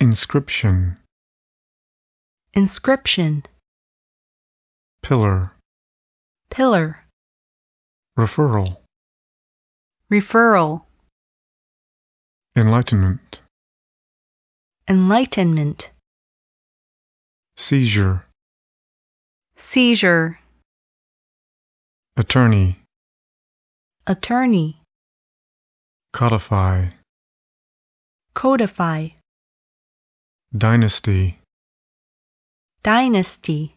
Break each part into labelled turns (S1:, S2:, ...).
S1: Inscription,
S2: inscription,
S1: pillar,
S2: pillar,
S1: referral,
S2: referral,
S1: enlightenment,
S2: enlightenment,
S1: seizure,
S2: seizure,
S1: attorney,
S2: attorney,
S1: codify,
S2: codify,
S1: dynasty,
S2: dynasty,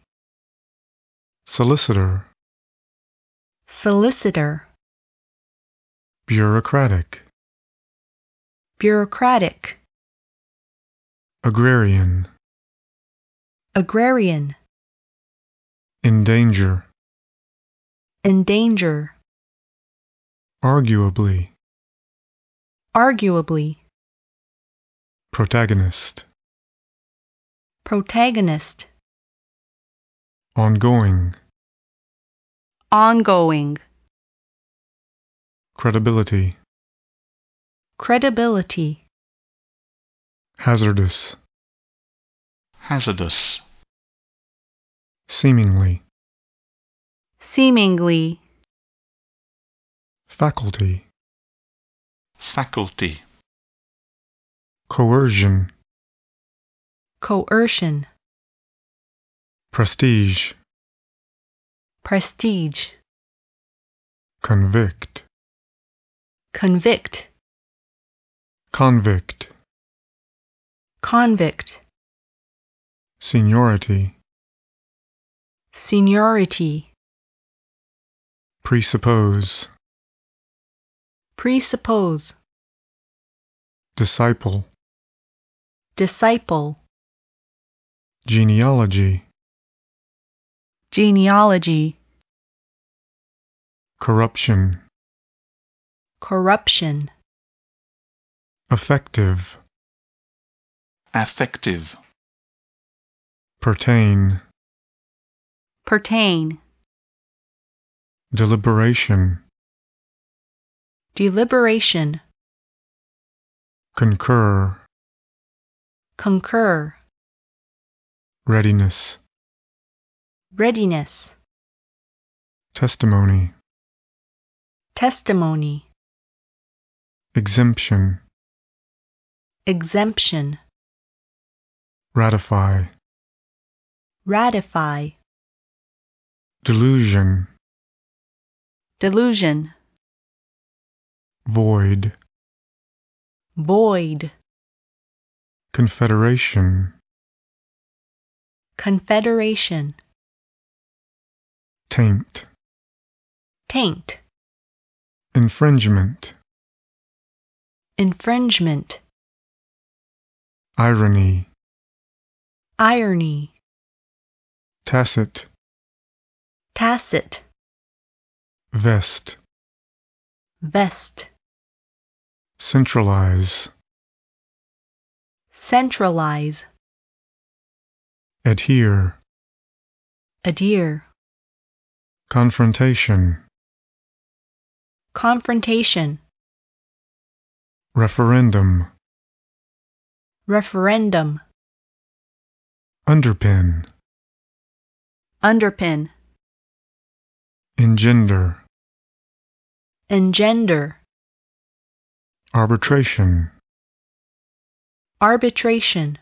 S1: solicitor,
S2: solicitor,
S1: bureaucratic,
S2: bureaucratic,
S1: agrarian,
S2: agrarian,
S1: endanger,
S2: endanger,
S1: arguably,
S2: arguably,
S1: protagonist,
S2: protagonist,
S1: ongoing,
S2: ongoing,
S1: credibility,
S2: credibility,
S1: hazardous,
S3: hazardous,
S1: seemingly,
S2: seemingly,
S1: faculty,
S3: faculty,
S1: coercion,
S2: coercion,
S1: prestige,
S2: prestige,
S1: convict,
S2: convict,
S1: convict,
S2: convict,
S1: seniority,
S2: seniority,
S1: presuppose,
S2: presuppose,
S1: disciple,
S2: disciple,
S1: genealogy,
S2: genealogy,
S1: corruption,
S2: corruption,
S1: effective,
S3: affective,
S1: pertain,
S2: pertain,
S1: deliberation,
S2: deliberation,
S1: concur,
S2: concur,
S1: readiness,
S2: readiness,
S1: testimony,
S2: testimony,
S1: exemption,
S2: exemption,
S1: ratify,
S2: ratify,
S1: delusion,
S2: delusion,
S1: void,
S2: void,
S1: confederation,
S2: confederation,
S1: taint,
S2: taint,
S1: infringement,
S2: infringement,
S1: irony,
S2: irony,
S1: tacit,
S2: tacit,
S1: vest,
S2: vest,
S1: centralize,
S2: centralize,
S1: adhere,
S2: adhere,
S1: confrontation,
S2: confrontation,
S1: referendum,
S2: referendum,
S1: underpin,
S2: underpin,
S1: engender,
S2: engender,
S1: arbitration,
S2: arbitration,